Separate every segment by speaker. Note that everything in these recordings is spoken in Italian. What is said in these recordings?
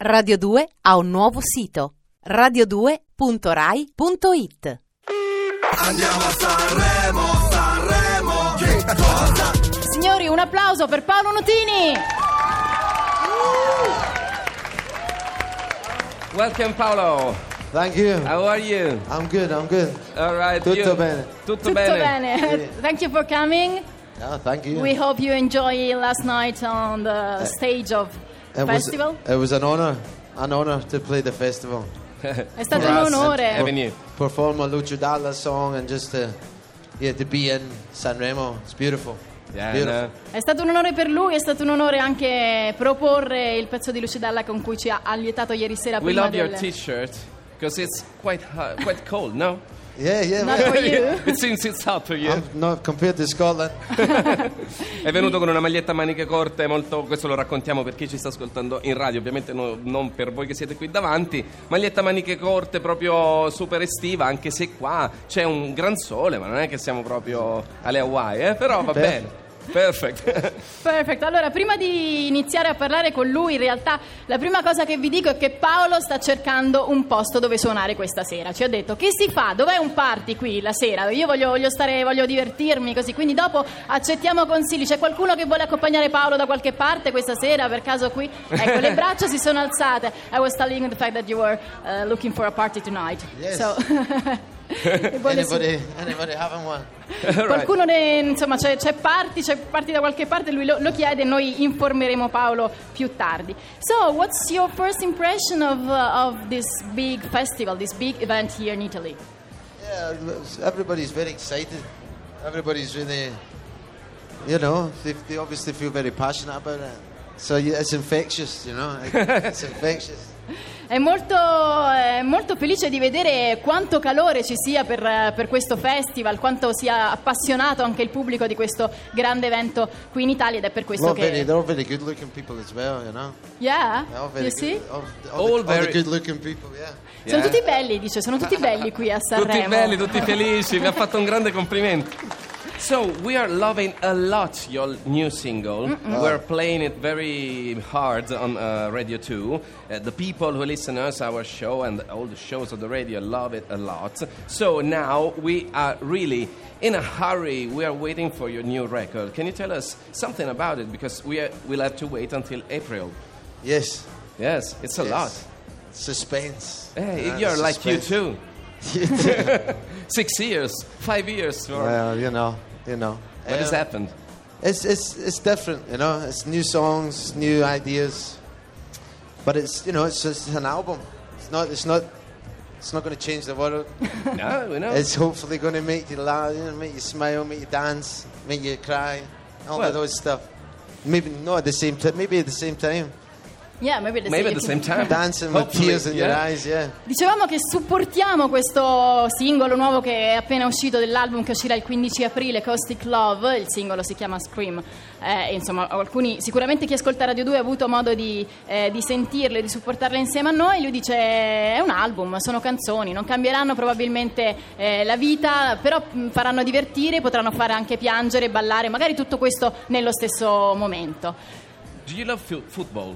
Speaker 1: Radio 2 ha un nuovo sito radio2.rai.it
Speaker 2: Andiamo a Sanremo, Sanremo, che cosa?
Speaker 3: Signori, un applauso per Paolo Nutini!
Speaker 4: Welcome Paolo,
Speaker 5: Thank you.
Speaker 4: how are you?
Speaker 5: I'm good, I'm good.
Speaker 4: All right,
Speaker 5: Tutto
Speaker 4: you-
Speaker 5: bene.
Speaker 4: Tutto,
Speaker 3: Tutto
Speaker 4: bene.
Speaker 3: bene. Thank you for coming.
Speaker 5: Yeah, thank you.
Speaker 3: We hope you enjoy last night on
Speaker 4: Eh.
Speaker 3: the stage of
Speaker 5: it
Speaker 3: festival.
Speaker 5: Was, it was an honor, an honor to play the festival.
Speaker 3: È stato un
Speaker 4: Eh,
Speaker 5: Grazie.
Speaker 3: onore.
Speaker 4: Ebbene. venire.
Speaker 5: Perform a Lucio Dalla song and just to, yeah, to be in Sanremo. It's beautiful. It's
Speaker 4: Yeah,
Speaker 5: beautiful.
Speaker 4: no.
Speaker 3: È stato un onore per lui, è stato un onore anche proporre il pezzo di Lucidalla con cui ci ha allietato ieri sera
Speaker 4: We
Speaker 3: prima
Speaker 4: love your
Speaker 3: del-
Speaker 4: t-shirt because it's quite hot, quite cold, no?
Speaker 5: Yeah, yeah.
Speaker 3: Not
Speaker 5: well,
Speaker 3: for you.
Speaker 4: It seems it's hot for you.
Speaker 5: I'm not compared to Scotland.
Speaker 4: È venuto con una maglietta a maniche corte, molto, questo lo raccontiamo per chi ci sta ascoltando in radio, ovviamente no- non per voi che siete qui davanti. Maglietta a maniche corte proprio super estiva, anche se qua c'è un gran sole, ma non è che siamo proprio alle Hawaii, eh? però va
Speaker 5: Perfect.
Speaker 4: bene. Perfect.
Speaker 3: Perfetto, allora prima di iniziare a parlare con lui, in realtà la prima cosa che vi dico è che Paolo sta cercando un posto dove suonare questa sera. Ci ha detto che si fa, dov'è un party qui la sera? Io voglio, voglio stare, voglio divertirmi così, quindi dopo accettiamo consigli. C'è qualcuno che vuole accompagnare Paolo da qualche parte questa sera? Per caso qui? Ecco, le braccia si sono alzate. I was telling the fact that you were uh, looking for a party tonight.
Speaker 5: Yes.
Speaker 3: So- Vuole-
Speaker 5: anybody, anybody having one?
Speaker 4: All right.
Speaker 3: Qualcuno ne, insomma c'è, c'è parti, c'è parti da qualche parte, lui lo, lo chiede e noi informeremo Paolo più tardi. So, what's your first impression of, uh, of this big festival, this big event here in Italy?
Speaker 5: Yeah, everybody's very excited. Everybody's really, you know, they, they obviously feel very passionate about it. So yeah, it's infectious, you know. It's infectious.
Speaker 3: È molto, è molto felice di vedere quanto calore ci sia per, eh, per questo festival, quanto sia appassionato anche il pubblico di questo grande evento qui in Italia ed è per questo
Speaker 5: Not
Speaker 3: che...
Speaker 5: very, they're all very good looking people as well, you know.
Speaker 3: Yeah,
Speaker 5: They're all very
Speaker 3: you
Speaker 5: good,
Speaker 3: see?
Speaker 5: All, all,
Speaker 4: All
Speaker 5: the,
Speaker 4: very-
Speaker 5: good looking people, yeah.
Speaker 3: Sono
Speaker 4: Yeah.
Speaker 3: tutti belli, dice, sono tutti belli qui a Sanremo.
Speaker 4: Tutti belli, tutti felici, mi ha fatto un grande complimento. So, we are loving a lot your new single. We're playing it very hard on uh, Radio 2. Uh, the people who listen us, our show, and all the shows of the radio love it a lot. So, now we are really in a hurry. We are waiting for your new record. Can you tell us something about it? Because we are, we'll have to wait until April.
Speaker 5: Yes.
Speaker 4: Yes, it's a
Speaker 5: yes.
Speaker 4: lot.
Speaker 5: Suspense.
Speaker 4: Hey,
Speaker 5: Yeah,
Speaker 4: you're like you
Speaker 5: suspense.
Speaker 4: too. Six years, five years. or-
Speaker 5: Well, you know, you know.
Speaker 4: What has
Speaker 5: Um,
Speaker 4: happened?
Speaker 5: It's it's it's different, you know. It's new songs, new ideas, but it's you know it's it's an album. It's not it's not it's not going to change the world.
Speaker 4: No, we know.
Speaker 5: It's hopefully going to make you laugh, you know, make you smile, make you dance, make you cry, all
Speaker 4: Well-
Speaker 5: of those stuff. Maybe not at the same time. Maybe at the same time.
Speaker 3: Yeah, maybe the
Speaker 4: Maybe
Speaker 3: same-
Speaker 4: at the same time.
Speaker 5: Dancing
Speaker 4: Hmm. Hopefully,
Speaker 5: with tears in your
Speaker 4: yeah.
Speaker 5: eyes, yeah.
Speaker 3: Dicevamo che supportiamo questo singolo nuovo che è appena uscito dell'album che uscirà il 15 aprile, Caustic Love, il singolo si chiama Scream. Eh, insomma, alcuni, sicuramente chi ascolta Radio 2 ha avuto modo di, eh, di sentirlo e di supportarlo insieme a noi. Lui dice è un album, sono canzoni, non cambieranno probabilmente eh, la vita, però mh, faranno divertire, potranno fare anche piangere, ballare, magari tutto questo nello stesso momento.
Speaker 4: Do you love fu- football?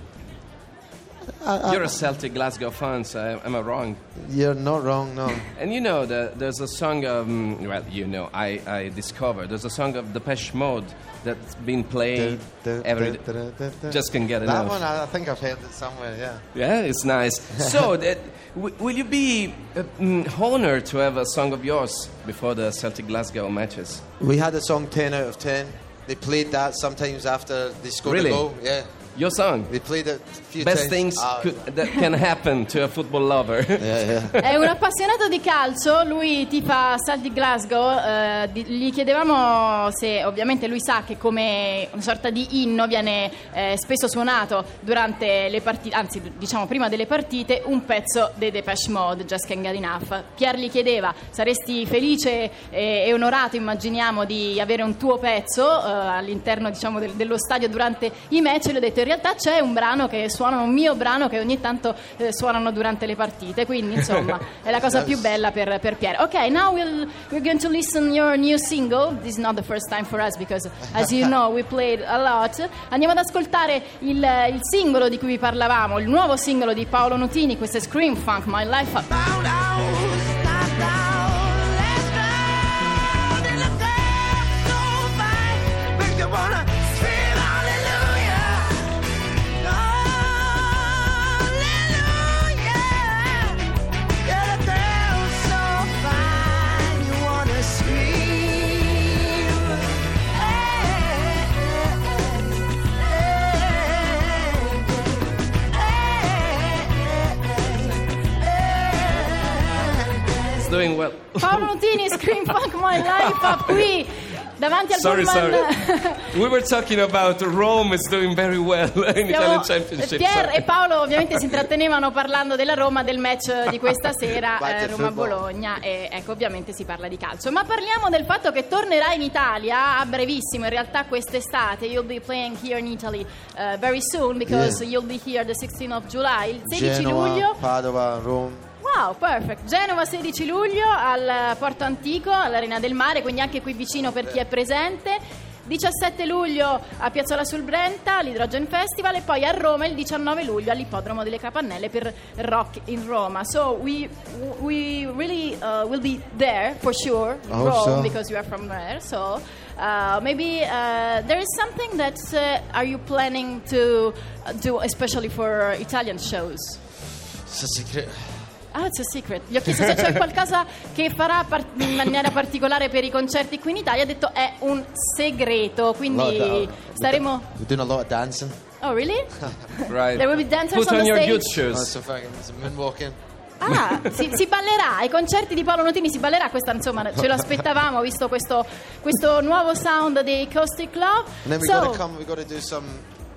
Speaker 4: You're a Celtic Glasgow fan, so I- am I wrong?
Speaker 5: You're not wrong, no.
Speaker 4: And you know that there's a song of, mm, well, you know, I, I discovered there's a song of Depeche Mode that's been played every day. Just can get
Speaker 5: That
Speaker 4: enough.
Speaker 5: one, I I think I've heard it somewhere. Yeah.
Speaker 4: Yeah, it's nice. So, that, w- will you be uh, mm, honored to have a song of yours before the Celtic Glasgow matches?
Speaker 5: We had a song 10 out of 10. They played that sometimes after they scored
Speaker 4: Really?
Speaker 5: a goal. Yeah.
Speaker 4: Your song?
Speaker 5: They played it a few
Speaker 4: Best
Speaker 5: times.
Speaker 4: things
Speaker 5: Ah,
Speaker 4: could, that can happen to a football lover.
Speaker 5: Yeah, yeah.
Speaker 3: È un appassionato di calcio, lui tifa Celtic Glasgow, eh, di- gli chiedevamo se ovviamente lui sa che come una sorta di inno viene eh, spesso suonato durante le partite, anzi d- diciamo prima delle partite, un pezzo dei Depeche Mode, Just Can't Get Enough. Pier gli chiedeva, saresti felice eh, e onorato immaginiamo di avere un tuo pezzo eh, all'interno diciamo del- dello stadio durante i match? E lui ha detto in realtà c'è un brano che suonano, un mio brano che ogni tanto eh, suonano durante le partite, quindi insomma è la cosa più bella per, per Pier. Ok, now we'll, we're going to listen your new single. This is not the first time for us because as you know we played a lot. Andiamo ad ascoltare il, il singolo di cui vi parlavamo, il nuovo singolo di Paolo Nutini, questo è Scream Funk, My Life Up.
Speaker 4: It's doing well.
Speaker 3: Paolo Nutini, Scream Funk My Life Up qui davanti al
Speaker 4: Sorry,
Speaker 3: Pullman.
Speaker 4: sorry. We were talking about Rome is doing very well in Italian Championship.
Speaker 3: Pier
Speaker 4: sorry.
Speaker 3: e Paolo ovviamente si intrattenevano parlando della Roma, del match di questa sera
Speaker 5: Quanto
Speaker 3: eh,
Speaker 5: è
Speaker 3: Roma-Bologna e ecco ovviamente si parla di calcio. Ma parliamo del fatto che tornerà in Italia a brevissimo, in realtà quest'estate. You'll be playing here in Italy eh, very soon because
Speaker 5: Yeah.
Speaker 3: you'll be here the 16th of July, il 16
Speaker 5: Genoa,
Speaker 3: luglio.
Speaker 5: Padova, Rome.
Speaker 3: Wow, perfect. Genova 16 luglio al eh, Porto Antico, all'Arena del Mare, quindi anche qui vicino per chi è presente. 17 luglio a Piazzola sul Brenta, all'Hydrogen Festival e poi a Roma il 19 luglio all'Ippodromo delle Capannelle per Rock in Roma. So we, we really uh, will be there for sure, in
Speaker 5: I hope
Speaker 3: Rome,
Speaker 5: so.
Speaker 3: because you are from there. So uh, maybe uh, there is something that uh, are you planning to uh, do especially for Italian shows?
Speaker 5: It's a secret.
Speaker 3: Ah, it's a secret. Gli ho chiesto se c'è qualcosa che farà par- in maniera particolare per i concerti qui in Italia. Ha detto è un segreto.
Speaker 5: Lot of-
Speaker 3: Quindi staremo.
Speaker 5: We're doing a lot of dancing.
Speaker 3: Oh, really?
Speaker 4: Right.
Speaker 3: There will be dancers
Speaker 4: Eh. Put
Speaker 3: on
Speaker 4: on
Speaker 3: the stage.
Speaker 4: your good
Speaker 5: Oh,
Speaker 4: shoes.
Speaker 5: it's a fucking it's a moonwalking.
Speaker 3: Ah, si, si ballerà. Ai concerti di Paolo Notini si ballerà. Questa, insomma, ce lo aspettavamo visto questo, questo nuovo sound dei Caustic Club.
Speaker 5: And then we
Speaker 3: So,
Speaker 5: gotta come. We gotta do some,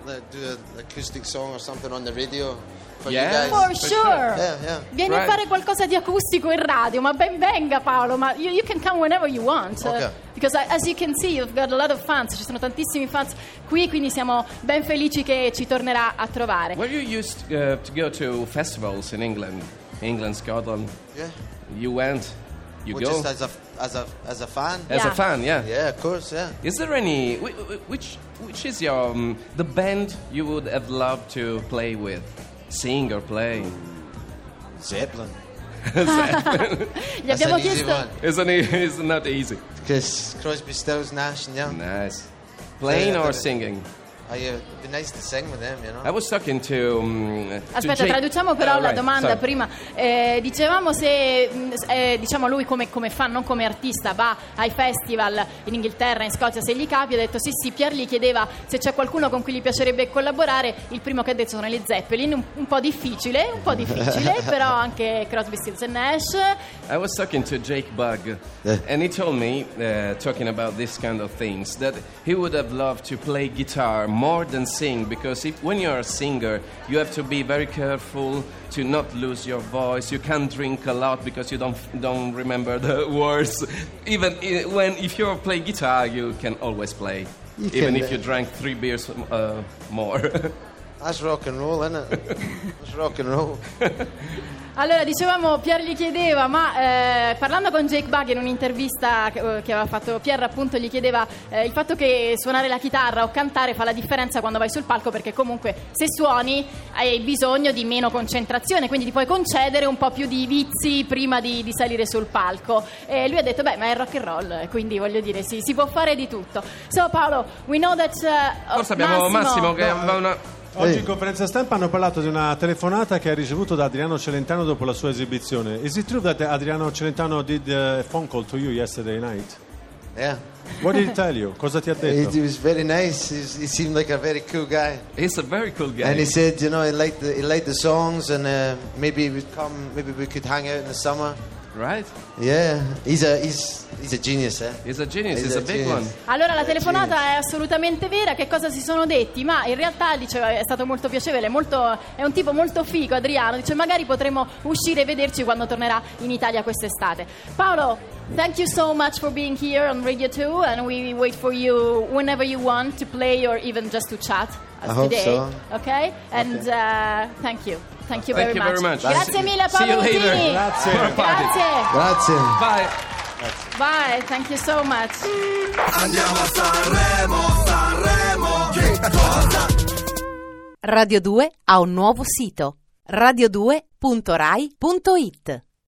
Speaker 5: like, do an acoustic song or something on the radio for
Speaker 4: Yeah.
Speaker 5: you guys.
Speaker 3: for
Speaker 4: For
Speaker 3: sure.
Speaker 5: Yeah, yeah.
Speaker 3: Vieni a
Speaker 4: Right.
Speaker 3: fare qualcosa di acustico in radio, ma ben venga Paolo, ma you, you can come whenever you want.
Speaker 5: Ok.
Speaker 3: because I- as you can see you've got a lot of fans, ci sono tantissimi fans qui, quindi siamo ben felici che ci tornerà a trovare.
Speaker 4: Were you used uh, to go to festivals in England? England, Scotland.
Speaker 5: Yeah.
Speaker 4: You went. You
Speaker 5: Well,
Speaker 4: go
Speaker 5: just as a as a as a fan.
Speaker 4: as
Speaker 3: Yeah.
Speaker 4: a fan, yeah.
Speaker 5: Yeah, of course. Yeah.
Speaker 4: Is there any whi- whi- which which is your um, the band you would have loved to play with, sing or play?
Speaker 5: Zeppelin.
Speaker 3: Gli
Speaker 5: That's
Speaker 3: abbiamo
Speaker 5: an easy
Speaker 3: chiesto
Speaker 5: one.
Speaker 4: Isn't it? It's not easy.
Speaker 5: Because Crosby, Stills, Nash, and Young.
Speaker 4: Nice. Playing
Speaker 5: Yeah, yeah,
Speaker 4: or
Speaker 5: yeah.
Speaker 4: singing?
Speaker 5: Oh, yeah, it'd be nice to sing with them, you know.
Speaker 4: I was talking to. Um, to
Speaker 3: Aspetta,
Speaker 4: Jake-
Speaker 3: traduciamo però
Speaker 4: Oh,
Speaker 3: la
Speaker 4: right,
Speaker 3: domanda
Speaker 4: sorry.
Speaker 3: prima. Eh, dicevamo se mh, s- eh, diciamo lui come, come fan, non come artista, va ai festival in Inghilterra, in Scozia, se gli capi, ha detto sì sì, Pier gli chiedeva se c'è qualcuno con cui gli piacerebbe collaborare, il primo che ha detto sono le Zeppelin, un, un po' difficile, un po' difficile, però anche Crosby, Stills e Nash.
Speaker 4: I was talking to Jake Bug,
Speaker 5: Yeah.
Speaker 4: and he told me, uh, talking about this kind of things, that he would have loved to play guitar more than sing because if, when you're a singer, you have to be very careful to not lose your voice. You can't drink a lot because you don't don't remember the words. Even i- when if you play guitar, you can always play,
Speaker 5: You
Speaker 4: even
Speaker 5: can,
Speaker 4: if you
Speaker 5: uh,
Speaker 4: drank three beers uh, more.
Speaker 5: That's rock and roll, isn't it? That's rock and roll.
Speaker 3: Allora dicevamo, Pier gli chiedeva, ma eh, parlando con Jake Bug in un'intervista che, eh, che aveva fatto Pier, appunto gli chiedeva eh, il fatto che suonare la chitarra o cantare fa la differenza quando vai sul palco perché comunque se suoni hai bisogno di meno concentrazione, quindi ti puoi concedere un po' più di vizi prima di, di salire sul palco. E lui ha detto, beh, ma è rock and roll, eh, quindi voglio dire, sì, si può fare di tutto. So Paolo, we know that... eh,
Speaker 4: Forse abbiamo Massimo che aveva una.
Speaker 6: Oggi
Speaker 5: Sì.
Speaker 6: in conferenza stampa hanno parlato di una telefonata che ha ricevuto da Adriano Celentano dopo la sua esibizione. Is it true that Adriano Celentano did eh, a phone call to you yesterday night?
Speaker 5: Yeah.
Speaker 6: What did he tell you? Cosa ti ha
Speaker 5: He,
Speaker 6: detto?
Speaker 5: he was very nice. He, was- he seemed like a very cool guy.
Speaker 4: He's a very cool guy.
Speaker 5: And he said, you know, he liked the, he liked the songs, and uh, maybe he would come. Maybe we could hang out in the summer.
Speaker 4: right?
Speaker 5: Yeah, he's a he's he's a genius, eh?
Speaker 4: He's a genius.
Speaker 5: He's
Speaker 4: He's,
Speaker 5: a
Speaker 4: a, big
Speaker 5: genius.
Speaker 4: one.
Speaker 3: Allora la telefonata è assolutamente vera, che cosa si sono detti? Ma in realtà diceva è stato molto piacevole, molto- è un tipo molto figo Adriano, dice magari potremo uscire e vederci quando tornerà in Italia quest'estate. Paolo, thank you so much for being here on Radio 2 and we wait for you whenever you want to play or even just to chat us
Speaker 5: I hope
Speaker 3: today.
Speaker 5: so.
Speaker 3: Okay? And uh, thank you. Thank you,
Speaker 4: Thank
Speaker 3: very, much.
Speaker 4: you very much.
Speaker 3: Grazie
Speaker 4: See-
Speaker 3: mille
Speaker 4: see
Speaker 3: Paolo
Speaker 4: you later.
Speaker 3: Bottini.
Speaker 6: Grazie.
Speaker 3: Grazie.
Speaker 5: Grazie.
Speaker 4: Bye.
Speaker 3: Bye. Thank you so much.
Speaker 2: Andiamo a Sanremo, Sanremo, che cosa?
Speaker 1: Radio 2 ha un nuovo sito radio2.rai.it